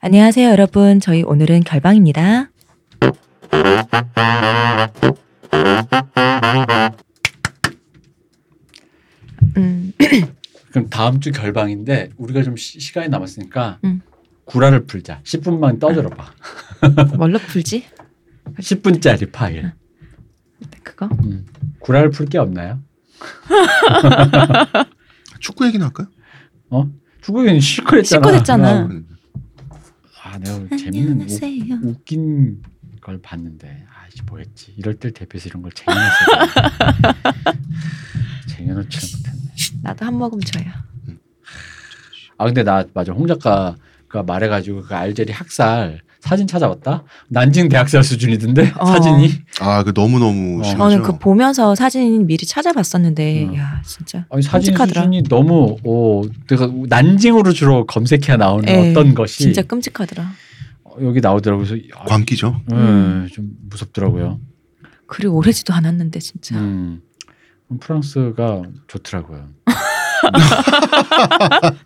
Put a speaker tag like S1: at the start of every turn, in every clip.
S1: 안녕하세요, 여러분. 저희 오늘은 결방입니다. 음,
S2: 그럼 다음 주 결방인데 우리가 좀 시, 간이 남았으니까
S1: 음.
S2: 구라를 풀자. 10분만 떠들어 봐.
S1: 뭘로 풀지?
S2: 10분짜리 파일.
S1: 그거?
S2: 음. 구라를 풀 게 없나요?
S3: 축구 얘기나 할까요?
S1: 네.
S2: 축구는 실컷 했잖아.
S1: 실컷 했잖아.
S2: 아, 아, 내가 재밌는 우, 웃긴 걸 봤는데 아, 이게 뭐였지? 이럴 때 대표에서 이런 걸 쟁여놨어. 쟁여놓지 못했네.
S1: 나도 한 모금 줘요.
S2: 아 근데 나 맞아 홍 작가가 말해가지고 그 알제리 학살 사진 찾아봤다. 난징 대학살 수준이던데
S1: 어.
S2: 사진이.
S3: 아, 그 너무 너무
S2: 어.
S1: 저는
S3: 심하죠.
S1: 그 보면서 사진 미리 찾아봤었는데,
S2: 음.
S1: 야 진짜
S2: 아니 사진
S1: 끔찍하더라.
S2: 수준이 너무 어 내가 난징으로 주로 검색해야 나오는
S1: 예,
S2: 어떤 것이
S1: 진짜 끔찍하더라.
S2: 어, 여기 나오더라고요. 그래서 야,
S3: 광기죠.
S1: 음.
S2: 예, 좀 무섭더라고요.
S1: 글이 오래지도 않았는데 진짜.
S2: 음. 프랑스가 좋더라고요.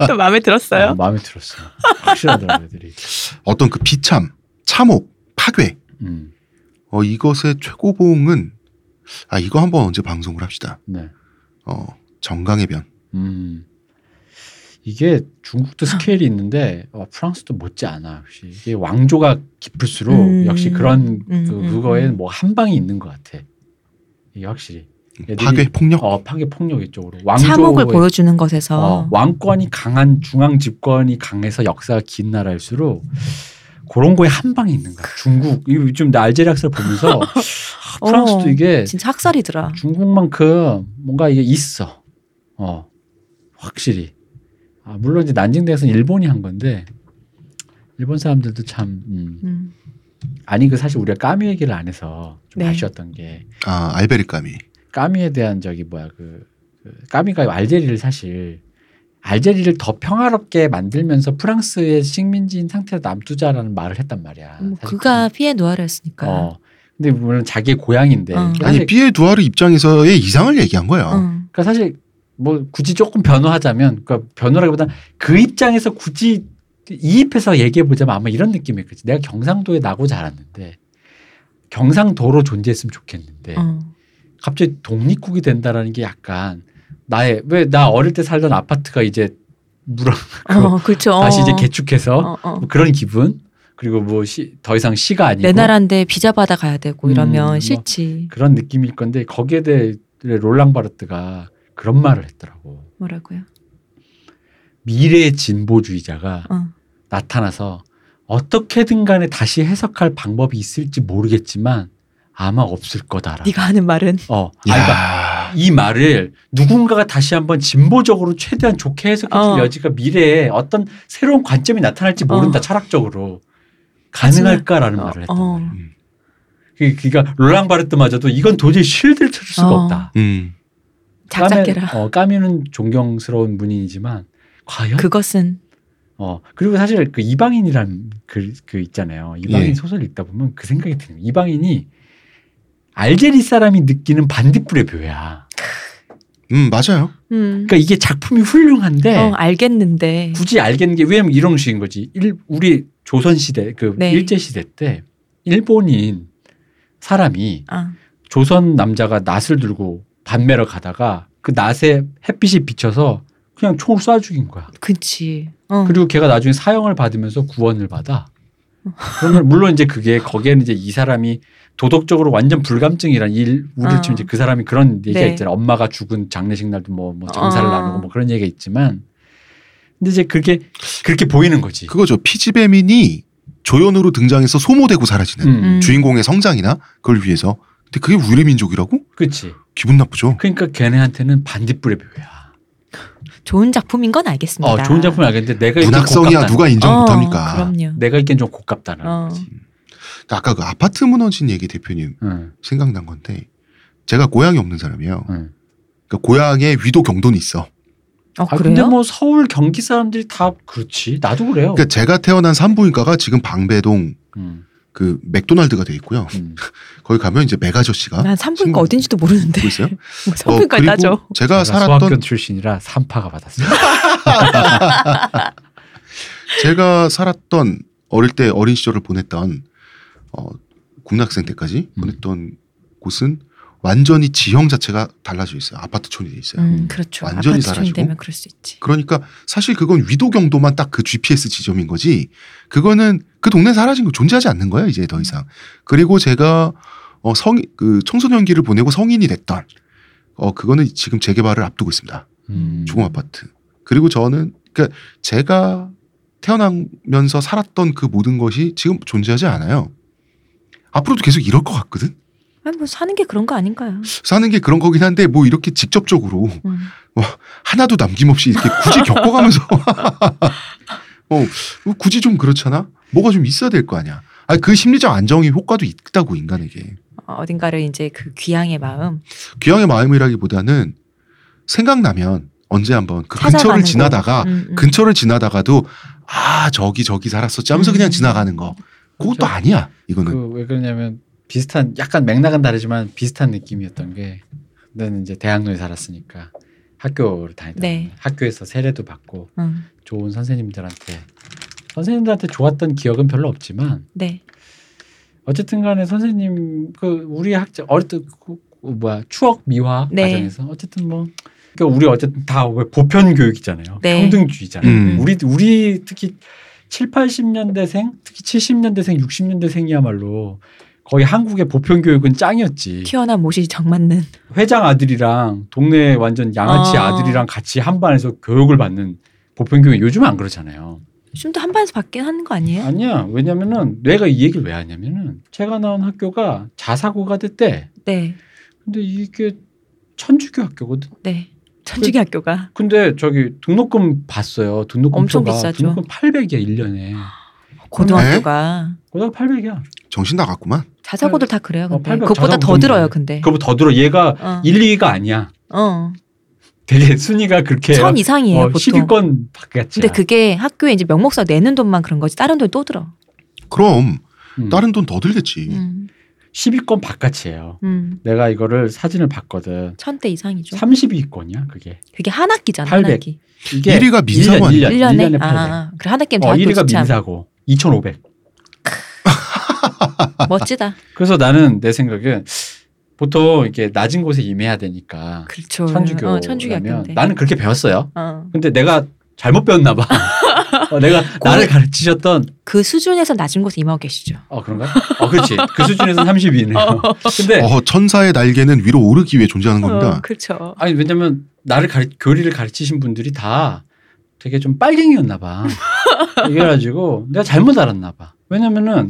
S1: 또 마음에
S2: 어,
S1: 들었어요?
S2: 마음에 들었어. 요 확실하더라고요, 애들이.
S3: 어떤 그 비참, 참혹, 파괴.
S2: 음.
S3: 어, 이것의 최고봉은 아, 이거 한번 언제 방송을 합시다.
S2: 네.
S3: 어, 정강의 변.
S2: 음. 이게
S1: 아.
S2: 중국도 스케일이 있는데 어, 프랑스도 못지 않아. 역시 이게 왕조가 깊을수록
S1: 음.
S2: 역시 그런 그,
S1: 음, 음,
S2: 그거에
S1: 음.
S2: 뭐 한 방이 있는 것 같아. 이게 확실히. 애들이-
S3: 파괴, 폭력.
S2: 어, 파괴 폭력 이쪽으로.
S1: 참혹을
S2: 왕조의-
S1: 보여주는 것에서
S2: 어, 왕권이 강한 중앙 집권이 강해서 역사가 긴 나라일수록 그런 거에 한 방이 있는가. 중국 이거 요즘 나 알제리 학살 보면서 아, 프랑스도
S1: 어,
S2: 이게
S1: 진짜 학살이더라.
S2: 중국만큼 뭔가 이게 있어. 어 확실히. 아, 물론 이제 난징대에서는 일본이 한 건데 일본 사람들도 참 음.
S1: 음.
S2: 아니 그 사실 우리가 까미 얘기를 안 해서 좀
S1: 네.
S2: 아쉬웠던 게
S3: 아, 알베리까미.
S2: 까미에 대한 저기 뭐야 그, 그 까미가 알제리를 사실 알제리를 더 평화롭게 만들면서 프랑스의 식민지인 상태로 남두자라는 말을 했단 말이야.
S1: 뭐
S2: 사실
S1: 그가 피해 노아르였으니까.
S2: 아, 어. 근데 물론 자기의 고향인데.
S1: 어.
S2: 사실
S3: 아니, 피에 두아르 입장에서의 이상을 얘기한 거야.
S1: 응.
S2: 그러니까 사실 뭐 굳이 조금 변호하자면 그러니까 변호라기보다 그 입장에서 굳이 이입해서 얘기해 보자면 아마 이런 느낌이겠지. 내가 경상도에 나고 자랐는데 경상도로 존재했으면 좋겠는데
S1: 어.
S2: 갑자기 독립국이 된다라는 게 약간 나의 왜 나 어릴 때 살던 아파트가 이제 물어
S1: 어, 그렇죠. 어.
S2: 다시 이제 개축해서
S1: 어, 어.
S2: 뭐 그런 기분 그리고 뭐 더 이상 시가 아니고
S1: 내 나라인데 비자 받아 가야 되고
S2: 음,
S1: 이러면
S2: 뭐.
S1: 싫지.
S2: 그런 느낌일 건데 거기에 대해 롤랑 바르트가 그런 말을 했더라고.
S1: 뭐라고요?
S2: 미래의 진보주의자가
S1: 어.
S2: 나타나서 어떻게든 간에 다시 해석할 방법이 있을지 모르겠지만 아마 없을 거다라.
S1: 네가 하는 말은
S2: 어.
S3: 야.
S2: 아니, 그러니까 이 말을 누군가가 다시 한번 진보적으로 최대한 좋게 해석해줄
S1: 어.
S2: 여지가 미래에 어떤 새로운 관점이 나타날지 모른다
S1: 어.
S2: 철학적으로 가능할까라는 말을 했단
S1: 어.
S2: 말이야.
S3: 음,
S2: 그- 그러니까 롤랑 바르트마저도 이건 도저히 실드를 쳐줄 수가
S1: 어.
S2: 없다.
S3: 음.
S1: 작작해라.
S2: 까메- 어, 까미는 존경스러운 문인이지만 과연
S1: 그것은
S2: 어 그리고 사실 그 이방인이란 글 그 있잖아요. 이방인
S3: 예.
S2: 소설 읽다 보면 그 생각이 드는 거예요. 이방인이 알제리 사람이 느끼는 반딧불의 묘야.
S3: 음, 맞아요.
S1: 음.
S2: 그러니까 이게 작품이 훌륭한데
S1: 어, 알겠는데.
S2: 굳이 알겠는 게 왜냐면 이런 식인 거지. 일, 우리 조선 시대 그
S1: 네.
S2: 일제 시대 때 일본인 사람이
S1: 아.
S2: 조선 남자가 낫을 들고 밤매러 가다가 그 낫에 햇빛이 비쳐서 그냥 총을 쏴 죽인 거야.
S1: 그치. 어.
S2: 그리고 걔가 나중에 사형을 받으면서 구원을 받아. 그러면 물론 이제 그게 거기에는 이제 이 사람이 도덕적으로 완전 불감증이란 일 우리를
S1: 어.
S2: 치면 이제 그 사람이 그런 얘기가
S1: 네.
S2: 있잖아요. 엄마가 죽은 장례식 날도 뭐, 뭐 장사를
S1: 어.
S2: 나누고 뭐 그런 얘기가 있지만 근데 이제 그게 그렇게 보이는 거지.
S3: 그거죠. 피지배민이 조연으로 등장해서 소모되고 사라지는
S2: 음,
S1: 음.
S3: 주인공의 성장이나 그걸 위해서. 근데 그게 우리 민족이라고?
S2: 그렇지.
S3: 기분 나쁘죠.
S2: 그러니까 걔네한테는 반딧불의 묘야.
S1: 좋은 작품인 건 알겠습니다.
S2: 어, 좋은 작품 알겠는데 내가 이렇게
S3: 문학성이야
S2: 고깝다는
S3: 누가 인정
S1: 그 어,
S3: 못합니까?
S1: 그럼요.
S2: 내가 이기엔 좀 고깝다는
S1: 어.
S2: 거지.
S3: 아까 그 아파트 무너진 얘기 대표님
S2: 응,
S3: 생각난 건데 제가 고향이 없는 사람이에요.
S2: 응.
S3: 그러니까 고향에 위도 경도는 있어.
S1: 어,
S2: 아,
S1: 그래요?
S2: 근데 뭐 서울 경기 사람들이 다 그렇지. 나도 그래요.
S3: 그러니까 제가 태어난 산부인과가 지금 방배동
S2: 음,
S3: 그 맥도날드가 돼 있고요.
S2: 음.
S3: 거기 가면 이제 맥아저씨가
S1: 난 산부인과
S3: 친구-
S1: 어딘지도 모르는데.
S3: 보고 있어요.
S1: 뭐 산부인과
S3: 그리고
S1: 따져.
S2: 제가
S3: 제가
S2: 소학교
S3: 그러니까 살았던
S2: 출신이라 삼파가 받았어요.
S3: 제가 살았던 어릴 때 어린 시절을 보냈던 어, 국민학생 때까지
S2: 음.
S3: 보냈던 곳은 완전히 지형 자체가 달라져 있어요. 아파트촌이 돼 있어요.
S1: 음, 그렇죠.
S3: 완전히
S1: 아파트촌이
S3: 사라지고.
S1: 되면 그럴 수 있지.
S3: 그러니까 사실 그건 위도 경도만 딱 그 GPS 지점인 거지. 그거는 그 동네 사라진 거 존재하지 않는 거야 이제 더 이상. 그리고 제가 어, 성, 그 청소년기를 보내고 성인이 됐던 어, 그거는 지금 재개발을 앞두고 있습니다.
S2: 음.
S3: 조금 아파트. 그리고 저는 그러니까 제가 태어나면서 살았던 그 모든 것이 지금 존재하지 않아요. 앞으로도 계속 이럴 것 같거든.
S1: 아니 뭐 사는 게 그런 거 아닌가요?
S3: 사는 게 그런 거긴 한데 뭐 이렇게 직접적으로
S1: 음.
S3: 하나도 남김없이 이렇게 굳이 겪어가면서 어 굳이 좀 그렇잖아. 뭐가 좀 있어야 될 거 아니야. 아 그 심리적 안정이 효과도 있다고 인간에게
S1: 어, 어딘가를 이제 그 귀향의 마음
S3: 귀향의 마음이라기보다는 생각나면 언제 한번 그
S1: 찾아가는
S3: 근처를
S1: 거.
S3: 지나다가
S1: 음, 음.
S3: 근처를 지나다가도 아 저기 저기 살았었지 하면서
S1: 음.
S3: 그냥 지나가는 거 그것도
S2: 그렇죠.
S3: 아니야 이거는
S2: 그 왜 그러냐면 비슷한 약간 맥락은 다르지만 비슷한 느낌이었던 게 나는 이제 대학로에 살았으니까 학교를 다니다
S1: 네.
S2: 학교에서 세례도 받고
S1: 음.
S2: 좋은 선생님들한테 선생님들한테 좋았던 기억은 별로 없지만
S1: 네.
S2: 어쨌든 간에 선생님 그 우리 학자 어릴 때 그- 그 뭐야 추억 미화
S1: 네.
S2: 과정에서 어쨌든 뭐 그러니까 우리 어쨌든 다 왜 보편 교육이잖아요
S1: 네.
S2: 평등주의잖아요
S3: 음.
S2: 우리 우리 특히 7, 80년대생 특히 70년대생 60년대생이야말로 거의 한국의 보편 교육은 짱이었지
S1: 튀어나온 못이 정맞는
S2: 회장 아들이랑 동네 완전 양아치
S1: 어.
S2: 아들이랑 같이 한 반에서 교육을 받는 보편 교육 요즘 은안 그렇잖아요.
S1: 좀더 한반에서 받긴 하는 거 아니에요?
S2: 아니야 왜냐면은 내가 이 얘기를 왜 하냐면은 제가 나온 학교가 자사고가 됐대.
S1: 네.
S2: 근데 이게 천주교 학교거든.
S1: 네. 천주교 학교가
S2: 근데 저기 등록금 봤어요. 등록금
S1: 엄청
S2: 표가
S1: 비싸죠.
S2: 등록금 800이야 1년에. 그
S1: 고등학교가
S2: 그다음 800이야.
S3: 정신 나갔구만
S1: 자사고들 다 그래요.
S2: 네. 어,
S1: 근데
S2: 팔백
S1: 그것보다
S2: 자사고
S1: 더
S2: 정도.
S1: 들어요. 근데
S2: 그거 더 들어. 얘가
S1: 어.
S2: 1, 2가 아니야.
S1: 어.
S2: 되게 순위가 그렇게
S1: 천 이상이에요
S2: 어,
S1: 보통.
S2: 10위권 바뀌었지.
S1: 근데 그게 학교에 이제 명목사 내는 돈만 그런 거지 다른 돈 또 들어.
S3: 그럼
S2: 음,
S3: 다른 돈 더 들겠지
S2: 예.
S1: 음.
S2: 10위권 바깥이에요.
S1: 음.
S2: 내가 이거를 사진을 봤거든.
S1: 천대 이상이죠.
S2: 32위권이야 그게.
S1: 그게 한 학기잖아. 한
S2: 팔백.
S1: 학기.
S3: 1위가 민사고 아니야
S2: 예. 1년, 1년,
S1: 1년에
S2: 1년에 800.
S1: 아, 그래 한 학기면
S2: 어,
S1: 대학교
S2: 1위가
S1: 진짜
S2: 민사고 2,500.
S1: 멋지다.
S2: 그래서 나는 내 생각은 보통 이게 낮은 곳에 임해야 되니까
S1: 그렇죠.
S2: 천주교
S1: 어, 천주교
S2: 면
S1: 학교인데.
S2: 나는 그렇게 배웠어요.
S1: 어.
S2: 근데 내가 잘못 배웠나 봐. 어, 내가 나를 가르치셨던
S1: 그 수준에서 낮은 곳에 임하고 계시죠.
S2: 어 그런가? 어 그렇지. 그 수준에서 32네요. 근데
S3: 어 천사의 날개는 위로 오르기 위해 존재하는 겁니다
S1: 어, 그렇죠.
S2: 아니 왜냐면 나를 가르, 교리를 가르치신 분들이 다 되게 좀 빨갱이였나 봐. 이래가지고 내가 잘못 알았나 봐. 왜냐면은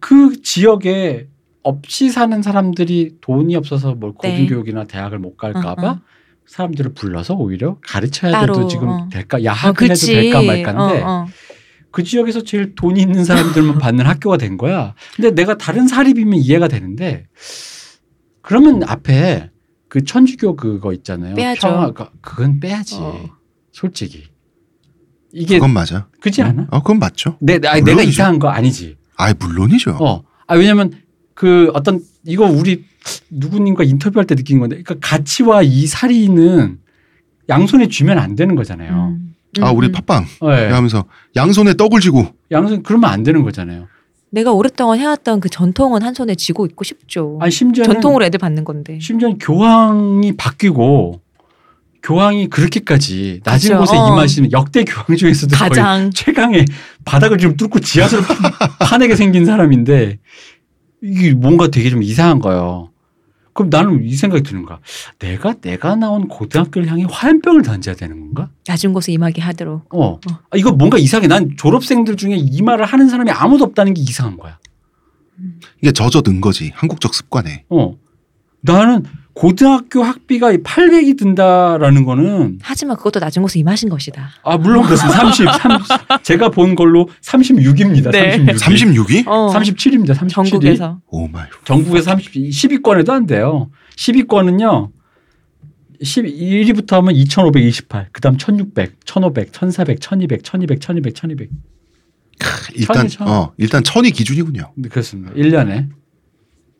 S2: 그 지역에 없이 사는 사람들이 돈이 없어서 뭘
S1: 네.
S2: 고등교육이나 대학을 못 갈까봐
S1: 어, 어.
S2: 사람들을 불러서 오히려 가르쳐야
S1: 따로,
S2: 돼도 지금
S1: 어.
S2: 될까
S1: 어,
S2: 야학을 아, 해도
S1: 그치.
S2: 될까 말까인데
S1: 어, 어.
S2: 그 지역에서 제일 돈이 있는 사람들만 받는 학교가 된 거야. 근데 내가 다른 사립이면 이해가 되는데 그러면 앞에 그 천주교 그거 있잖아요.
S1: 빼야죠.
S2: 평화 그- 그건 빼야지.
S1: 어.
S2: 솔직히 이게
S3: 그건 맞아
S2: 그지
S3: 음.
S2: 않아?
S3: 어 그건 맞죠
S2: 내, 내- 아니, 내가
S3: 물론이죠.
S2: 이상한 거 아니지.
S3: 아이 물론이죠
S2: 어. 아 왜냐면 그 어떤 이거 우리 누구님과 인터뷰할 때 느낀 건데, 그러니까 가치와 이 사리는 양손에 쥐면 안 되는 거잖아요.
S1: 음.
S3: 아
S1: 음,
S3: 우리
S1: 음.
S3: 팟빵
S2: 예.
S3: 하면서 양손에 떡을 쥐고
S2: 양손 그러면 안 되는 거잖아요.
S1: 내가 오랫동안 해왔던 그 전통은 한 손에 쥐고 있고 싶죠.
S2: 아니 심지어
S1: 전통으로 애들 받는 건데.
S2: 심지어 교황이 바뀌고 교황이 그렇게까지 낮은
S1: 그렇죠.
S2: 곳에
S1: 어.
S2: 임하시는 역대 교황 중에서도 거의
S1: 가장
S2: 최강의 바닥을 지금 뚫고 지하수를 파- 파내게 생긴 사람인데 이게 뭔가 되게 좀 이상한 거예요. 그럼 나는 이 생각이 드는 거야. 내가 내가 나온 고등학교를 향해 화염병을 던져야 되는 건가?
S1: 낮은 곳에 임하게 하도록.
S2: 어. 아, 이거 뭔가 이상해. 난 졸업생들 중에 이 말을 하는 사람이 아무도 없다는 게 이상한 거야.
S3: 이게 젖어 든 거지 한국적 습관에
S2: 어. 나는 고등학교 학비가 800이 든다라는 거는
S1: 하지만 그것도 낮은 곳에 임하신 것이다.
S2: 아 물론 그것은 30, 30 제가 본 걸로 36입니다.
S1: 네.
S2: 36.
S3: 36위?
S1: 어,
S2: 37입니다. 37이.
S1: 전국에서.
S3: 오 마이
S2: 전국에서 30 10위권에도 안 돼요. 10위권은요. 11위부터 하면 2528, 그다음 1600, 1500, 1400, 1200, 1200, 1200, 1200.
S3: 일단
S2: 천이죠.
S3: 어 일단 천이 기준이군요
S2: 네, 그렇습니다. 1년에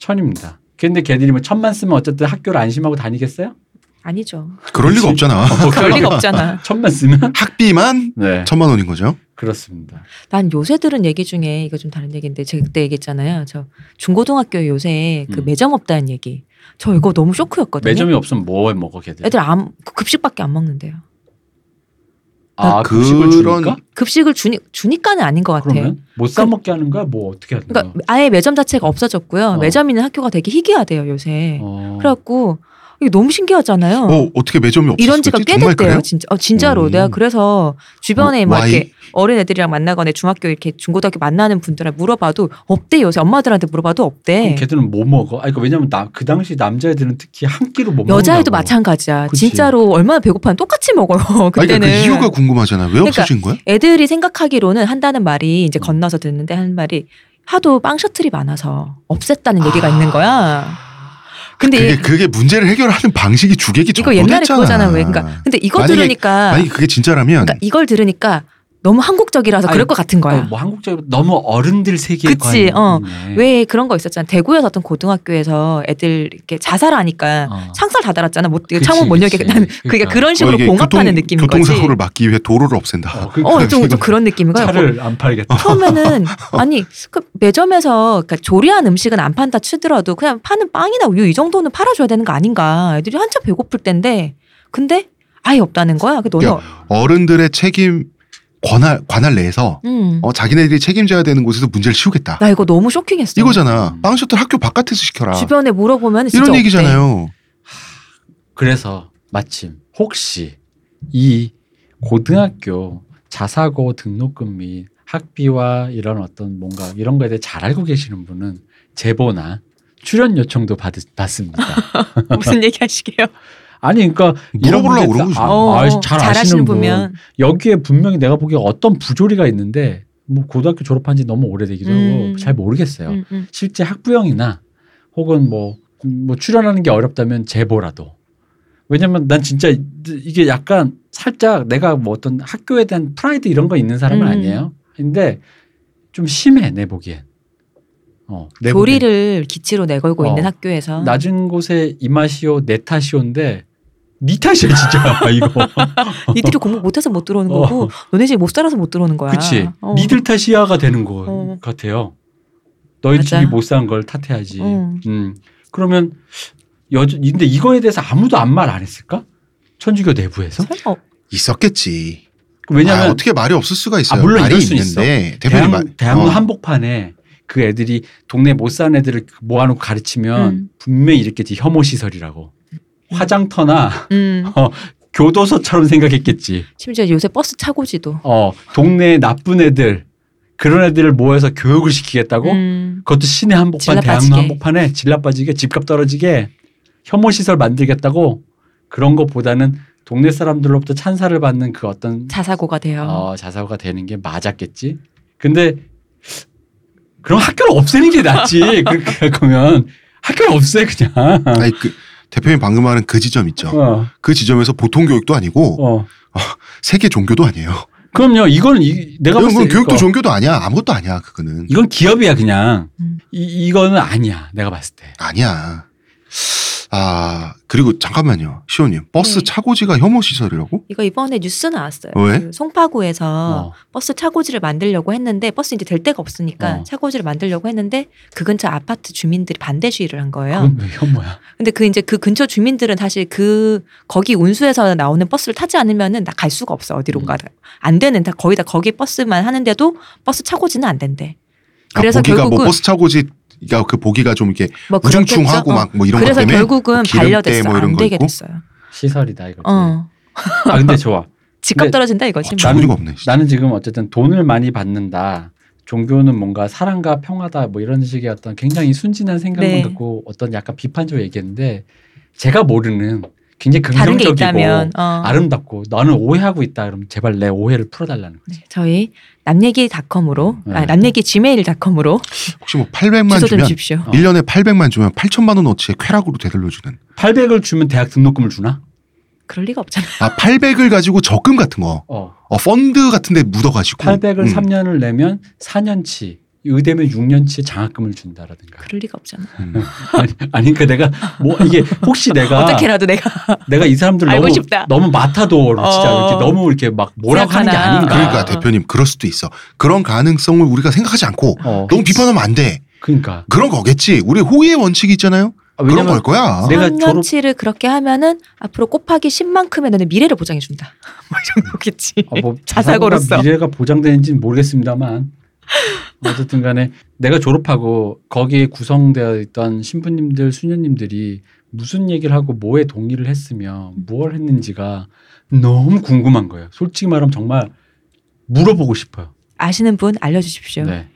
S2: 1000입니다. 근데 걔들이 뭐 천만 쓰면 어쨌든 학교를 안심하고 다니겠어요?
S1: 아니죠.
S3: 그럴
S2: 그치.
S3: 리가 없잖아
S2: 뭐
S1: 그럴 리가 없잖아.
S2: 천만 쓰면
S3: 학비만
S2: 네.
S3: 천만 원인 거죠
S2: 그렇습니다.
S1: 난 요새 들은 얘기 중에 이거 좀 다른 얘기인데 제가 그때 얘기했잖아요. 저 중고등학교 요새 그
S2: 음.
S1: 매점 없다는 얘기. 저 이거 너무 쇼크였거든요.
S2: 매점이 없으면 뭐 먹어 걔들?
S1: 애들 안 급식밖에 안 먹는데요.
S2: 아
S3: 그-
S2: 급식을
S3: 그런-
S2: 주니까?
S1: 급식을 주니 주니까는 아닌 것 같아요.
S2: 그러면 못 사 먹게 하는 거야? 뭐 어떻게 하는 거야?
S1: 그러니까 아예 매점 자체가 없어졌고요.
S2: 어.
S1: 매점 있는 학교가 되게 희귀하대요 요새.
S2: 어.
S1: 네. 그래갖고 이게 너무 신기하잖아요.
S3: 어 어떻게 매점이 없었지?
S1: 이런 지가 꽤 됐대요.
S3: 정말 그래요? 어,
S1: 진짜 어, 진짜로
S2: 음.
S1: 내가 그래서 주변에 막
S3: 와이?
S1: 이렇게 어른 애들이랑 만나거나 중학교 이렇게 중고등학교 만나는 분들한테 물어봐도 없대 요새 엄마들한테 물어봐도 없대.
S2: 그럼 걔들은 뭐 먹어? 아, 그러니까 왜냐면 나, 그 당시 남자애들은 특히 한 끼로 못 먹는다고.
S1: 여자애도 마찬가지야.
S2: 그치.
S1: 진짜로 얼마나 배고파면 똑같이 먹어요.
S3: 아니,
S1: 그때는.
S3: 그러니까 그 이유가 궁금하잖아. 왜
S1: 그러니까
S3: 없어진 거야?
S1: 애들이 생각하기로는 한다는 말이
S3: 음.
S1: 이제 건너서 듣는데 하는 말이 하도 빵 셔틀이 많아서 없앴다는 얘기가 있는 거야.
S2: 아,
S1: 근데
S3: 그게
S1: 이-
S3: 그게 문제를 해결하는 방식이 주객이
S1: 네. 이거 옛날에
S3: 전도됐잖아.
S1: 그거잖아. 왜? 그러니까 근데 이거
S3: 만약에-
S1: 들으니까
S3: 만약에 그게 진짜라면
S1: 그러니까 이걸 들으니까 너무 한국적이라서
S2: 아니,
S1: 그럴 것 같은 거야.
S2: 어, 뭐 한국적으로 너무 어른들 세계에
S1: 그치, 어.
S2: 있네.
S1: 왜 그런 거 있었잖아. 대구에서 어떤 고등학교에서 애들 이렇게 자살하니까
S2: 어.
S1: 창살 다 달았잖아. 못
S2: 그치,
S1: 창문 못 열게
S2: 그치.
S1: 나는 그게
S2: 그러니까.
S1: 그런 식으로
S3: 어, 이게
S1: 봉합하는
S3: 교통-
S1: 느낌인 거지.
S3: 교통사고를 막기 위해 도로를 없앤다.
S2: 어, 그,
S1: 어,
S3: 그러니까
S1: 좀, 좀
S3: 이건
S1: 그런 느낌인 거야. 어.
S2: 차를 안 팔겠다.
S1: 처음에는 아니 그 매점에서 그러니까 조리한 음식은 안 판다 치더라도 그냥 파는 빵이나 우유 이 정도는 팔아줘야 되는 거 아닌가 애들이 한참 배고플 텐데 근데 아예 없다는 거야 그 너는
S3: 야. 어른들의 책임 관할 관할 내에서
S1: 음나
S3: 어, 자기네들이 책임져야 되는 곳에서 문제를 씌우겠다.
S1: 이거 너무 쇼킹했어
S3: 이거잖아.
S2: 음.
S3: 빵 셔틀 학교 바깥에서 시켜라.
S1: 주변에 물어보면 진짜
S3: 이런
S1: 없대.
S3: 얘기잖아요.
S2: 그래서 마침 혹시 이 고등학교 자사고 등록금 및 학비와 이런 어떤 뭔가 이런 거에 대해 잘 알고 계시는 분은 제보나 출연 요청도 받, 받습니다.
S1: 무슨 얘기 하시게요
S2: 아니 그러니까 이런
S3: 물어보려고
S2: 문제-
S3: 그러는 거죠.
S2: 아,
S1: 어,
S2: 아, 잘 아시는 분.
S1: 분면
S2: 여기에 분명히 내가 보기에 어떤 부조리가 있는데 뭐 고등학교 졸업한 지 너무 오래되기도
S1: 음.
S2: 하고 잘 모르겠어요.
S1: 음, 음.
S2: 실제 학부형이나 혹은 뭐, 뭐 출연하는 게 어렵다면 제보라도. 왜냐면 난 진짜 이- 이게 약간 살짝 내가 뭐 어떤 학교에 대한 프라이드 이런 거 있는 사람은
S1: 음.
S2: 아니에요. 근데 좀 심해 내 보기엔. 어, 내 보기엔.
S1: 교리를 기치로 내걸고
S2: 어.
S1: 있는 학교에서
S2: 낮은 곳에 이 맛이요 내 탓이요인데 네 탓이야 진짜 이거.
S1: 니들이 공부 못해서 못 들어오는
S2: 어.
S1: 거고 너네 집 못 살아서 못 들어오는 거야
S2: 그치.
S1: 어.
S2: 니들 탓이야가 되는 거
S1: 어.
S2: 같아요. 너희
S1: 맞아.
S2: 집이 못 산 걸 탓해야지.
S1: 음.
S2: 음. 그러면 여 근데 이거에 대해서 아무도 안 말 안 했을까? 천주교 내부에서?
S1: 설마
S3: 있었겠지.
S2: 그 왜냐면
S3: 아, 어떻게 말이 없을 수가 있어요.
S2: 아, 물론
S3: 말이
S2: 이럴 수는
S3: 있는데 대부분
S2: 대학,
S3: 말.
S2: 대학로
S3: 어.
S2: 한복판에 그 애들이 동네 못 사는 애들을 모아놓고 가르치면
S1: 음.
S2: 분명히 이랬겠지 혐오 시설이라고 화장터나
S1: 음.
S2: 교도소처럼 생각했겠지.
S1: 심지어 요새 버스 차고지도
S2: 어 동네 나쁜 애들 그런 애들을 모아서 교육을 시키겠다고
S1: 음.
S2: 그것도 시내 한복판
S1: 질라
S2: 대학로
S1: 빠지게.
S2: 한복판에 질라 빠지게 집값 떨어지게 혐오 시설 만들겠다고 그런 것보다는 동네 사람들로부터 찬사를 받는 그 어떤
S1: 자사고가 돼요.
S2: 어, 자사고가 되는 게 맞았겠지. 근데 그럼 학교를 없애는 게 낫지. 그렇게 할 거면 학교를 없애 그냥.
S3: 아니, 그 대표님 방금 말한 그 지점 있죠.
S2: 어,
S3: 그 지점에서 보통 교육도 아니고
S2: 어.
S3: 세계 종교도 아니에요.
S2: 그럼요. 이건 이, 내가
S3: 이건
S2: 봤을 때 그러니까.
S3: 그건 교육도
S2: 이거-
S3: 종교도 아니야. 아무것도 아니야. 그거는
S2: 이건 기업이야 그냥.
S1: 음.
S2: 이 이거는 아니야. 내가 봤을 때.
S3: 아니야. 아 그리고 잠깐만요, 시호님 버스
S1: 네.
S3: 차고지가 혐오 시설이라고?
S1: 이거 이번에 뉴스 나왔어요.
S3: 왜?
S1: 그 송파구에서
S2: 어.
S1: 버스 차고지를 만들려고 했는데 버스 이제 될 데가 없으니까
S2: 어.
S1: 차고지를 만들려고 했는데 그 근처 아파트 주민들이 반대 시위를 한 거예요.
S2: 그건 왜 혐오야?
S1: 근데 그 이제 그 근처 주민들은 사실 그 거기 운수에서 나오는 버스를 타지 않으면은 나 갈 수가 없어 어디론가
S3: 음.
S1: 안 되는 다 거의 다 거기 버스만 하는데도 버스 차고지는 안 된대.
S3: 아,
S1: 그래서
S3: 보기가 뭐
S1: 결국은
S3: 버스 차고지가 그 보기가 좀 이렇게
S1: 뭐
S3: 우중충하고
S1: 그렇겠죠.
S3: 막 뭐
S1: 어.
S3: 이런 것
S1: 그래서
S3: 때문에
S1: 결국은
S3: 기름때
S1: 반려됐어
S3: 뭐 이런
S1: 안
S3: 거
S1: 되게
S3: 있고? 네.
S1: 됐어요.
S2: 시설이다 이거지.
S1: 어
S2: 아 근데 좋아.
S1: 집값
S2: 근데-
S1: 떨어진다 이거지. 뭐.
S2: 난-
S3: 주머니가 아, 없네. 진짜.
S2: 나는 지금 어쨌든 돈을 많이 받는다. 종교는 뭔가 사랑과 평화다 뭐 이런 식의 어떤 굉장히 순진한 생각만
S1: 네.
S2: 갖고 어떤 약간 비판적으로 얘기했는데 제가 모르는 굉장히
S1: 다른 게
S2: 긍정적이고
S1: 있다면 어.
S2: 아름답고 나는 오해하고 있다 그럼 제발 내 오해를 풀어달라는 거지.
S1: 네, 저희 남얘기닷컴으로
S2: 네.
S1: 아, 남얘기 지메일닷컴으로
S3: 혹시 뭐 800만
S1: 주소 좀
S3: 주면
S1: 주십시오.
S2: 어.
S3: 1년에 800만 주면 8천만 원어치의 쾌락으로 되돌려 주는.
S2: 800을 주면 대학 등록금을 주나?
S1: 그럴 리가 없잖아요.
S3: 아 800을 가지고 적금 같은 거,
S1: 음.
S2: 어.
S3: 어 펀드 같은 데 묻어 가지고
S2: 800을 3년을 내면 4년치 의대면 6년치 장학금을 준다라든가.
S1: 그럴 리가 없잖아.
S3: 음.
S2: 아니, 아니 그러니까 내가 뭐 이게 혹시 내가
S1: 어떻게라도 내가
S2: 내가 이 사람들
S1: 알고
S2: 너무
S1: 싶다.
S2: 너무 마타도로 진짜
S1: 어.
S2: 이렇게 너무 이렇게 막 뭐라고 하는 게
S1: 생각하나.
S2: 아닌가.
S3: 그러니까
S1: 아.
S3: 대표님 그럴 수도 있어. 그런 가능성을 우리가 생각하지 않고
S2: 어,
S3: 너무 비판하면 안 돼.
S2: 그러니까
S3: 그런 거겠지. 우리 호의의 원칙이 있잖아요.
S2: 아,
S3: 그런
S2: 왜냐면
S3: 걸 거야.
S2: 내가 졸업-
S1: 3년치를 그렇게 하면은 앞으로 곱하기 10만큼의 너는 미래를 보장해 준다. 뭐 이 정도겠지.
S2: 아, 뭐
S1: 자사고로서.
S2: 자사고가 미래가 보장되는지는 모르겠습니다만 어쨌든간에 내가 졸업하고 거기에 구성되어 있던 신부님들 수녀님들이 무슨 얘기를 하고 뭐에 동의를 했으며 무엇 했는지가 너무 궁금한 거예요. 솔직히 말하면 정말 물어보고 싶어요.
S1: 아시는 분 알려주십시오.
S2: 네.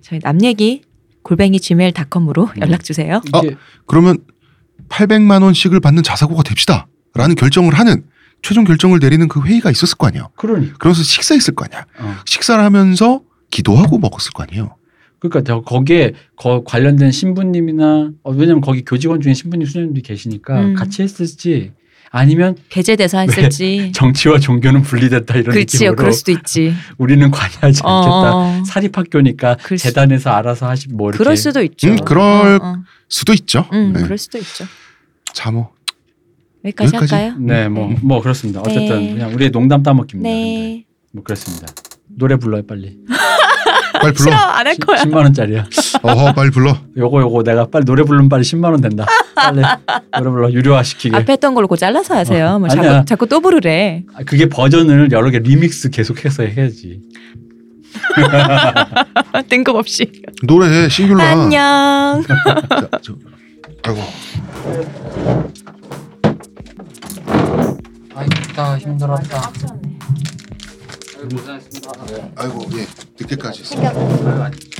S1: 저희 남 얘기 골뱅이 gmail.com으로
S2: 음.
S1: 연락 주세요.
S2: 이게
S3: 아. 그러면 800만 원씩을 받는 자사고가 됩시다. 라는 결정을 하는 최종 결정을 내리는 그 회의가 있었을 거 아니야.
S2: 그러니
S3: 그러면서 식사했을 거 아니야.
S2: 어.
S3: 식사를 하면서 기도하고 먹었을 거 아니에요.
S2: 그러니까 저 거기에 거- 관련된 신부님이나 어, 왜냐면 거기 교직원 중에 신부님 수녀님들이 계시니까
S1: 음.
S2: 같이 했을지 아니면
S1: 배제 대사 했을지.
S2: 정치와 종교는 분리됐다 네. 이런
S1: 그렇지요.
S2: 느낌으로
S1: 그럴 수도 있지.
S2: 우리는 관여하지
S1: 어,
S2: 않겠다.
S1: 어, 어.
S2: 사립학교니까
S1: 글쎄.
S2: 재단에서 알아서 하시 뭐 이렇게
S1: 그럴 수도 있죠.
S3: 음,
S1: 어,
S3: 그럴-
S1: 어.
S3: 수도 있죠.
S1: 음,
S3: 네.
S1: 그럴 수도 있죠.
S3: 자, 뭐.
S1: 여기까지,
S3: 여기까지?
S1: 할까요?
S2: 네, 뭐, 뭐 그렇습니다.
S1: 네.
S2: 어쨌든 그냥 우리의 농담
S3: 음,
S2: 따먹기입니다. 근데
S1: 네.
S2: 뭐 그렇습니다. 노래 불러요 빨리.
S3: 빨리
S1: 싫어
S3: 불러.
S1: 안 할
S2: 시-
S1: 거야.
S2: 10만 원짜리야.
S3: 어허, 빨리 불러.
S2: 요거 요거 내가 빨리 노래 부르면 빨리 10만 원 된다. 빨리 노래 불러 유료화 시키게.
S1: 앞에 했던 걸로 고 잘라서 하세요.
S2: 어,
S1: 뭐
S2: 아니야.
S1: 자꾸 자꾸 또 부르래.
S2: 아, 그게 버전을 여러 개 리믹스 계속해서 해야지.
S1: 아, 뜬금없이.
S3: 노래 싱귤라.
S1: 안녕.
S3: 자, 저, 아이고.
S2: 아이다 힘들었다. 고생했습니다.
S3: 아이고. 예. 늦게까지 있어.
S1: 신경
S2: 네.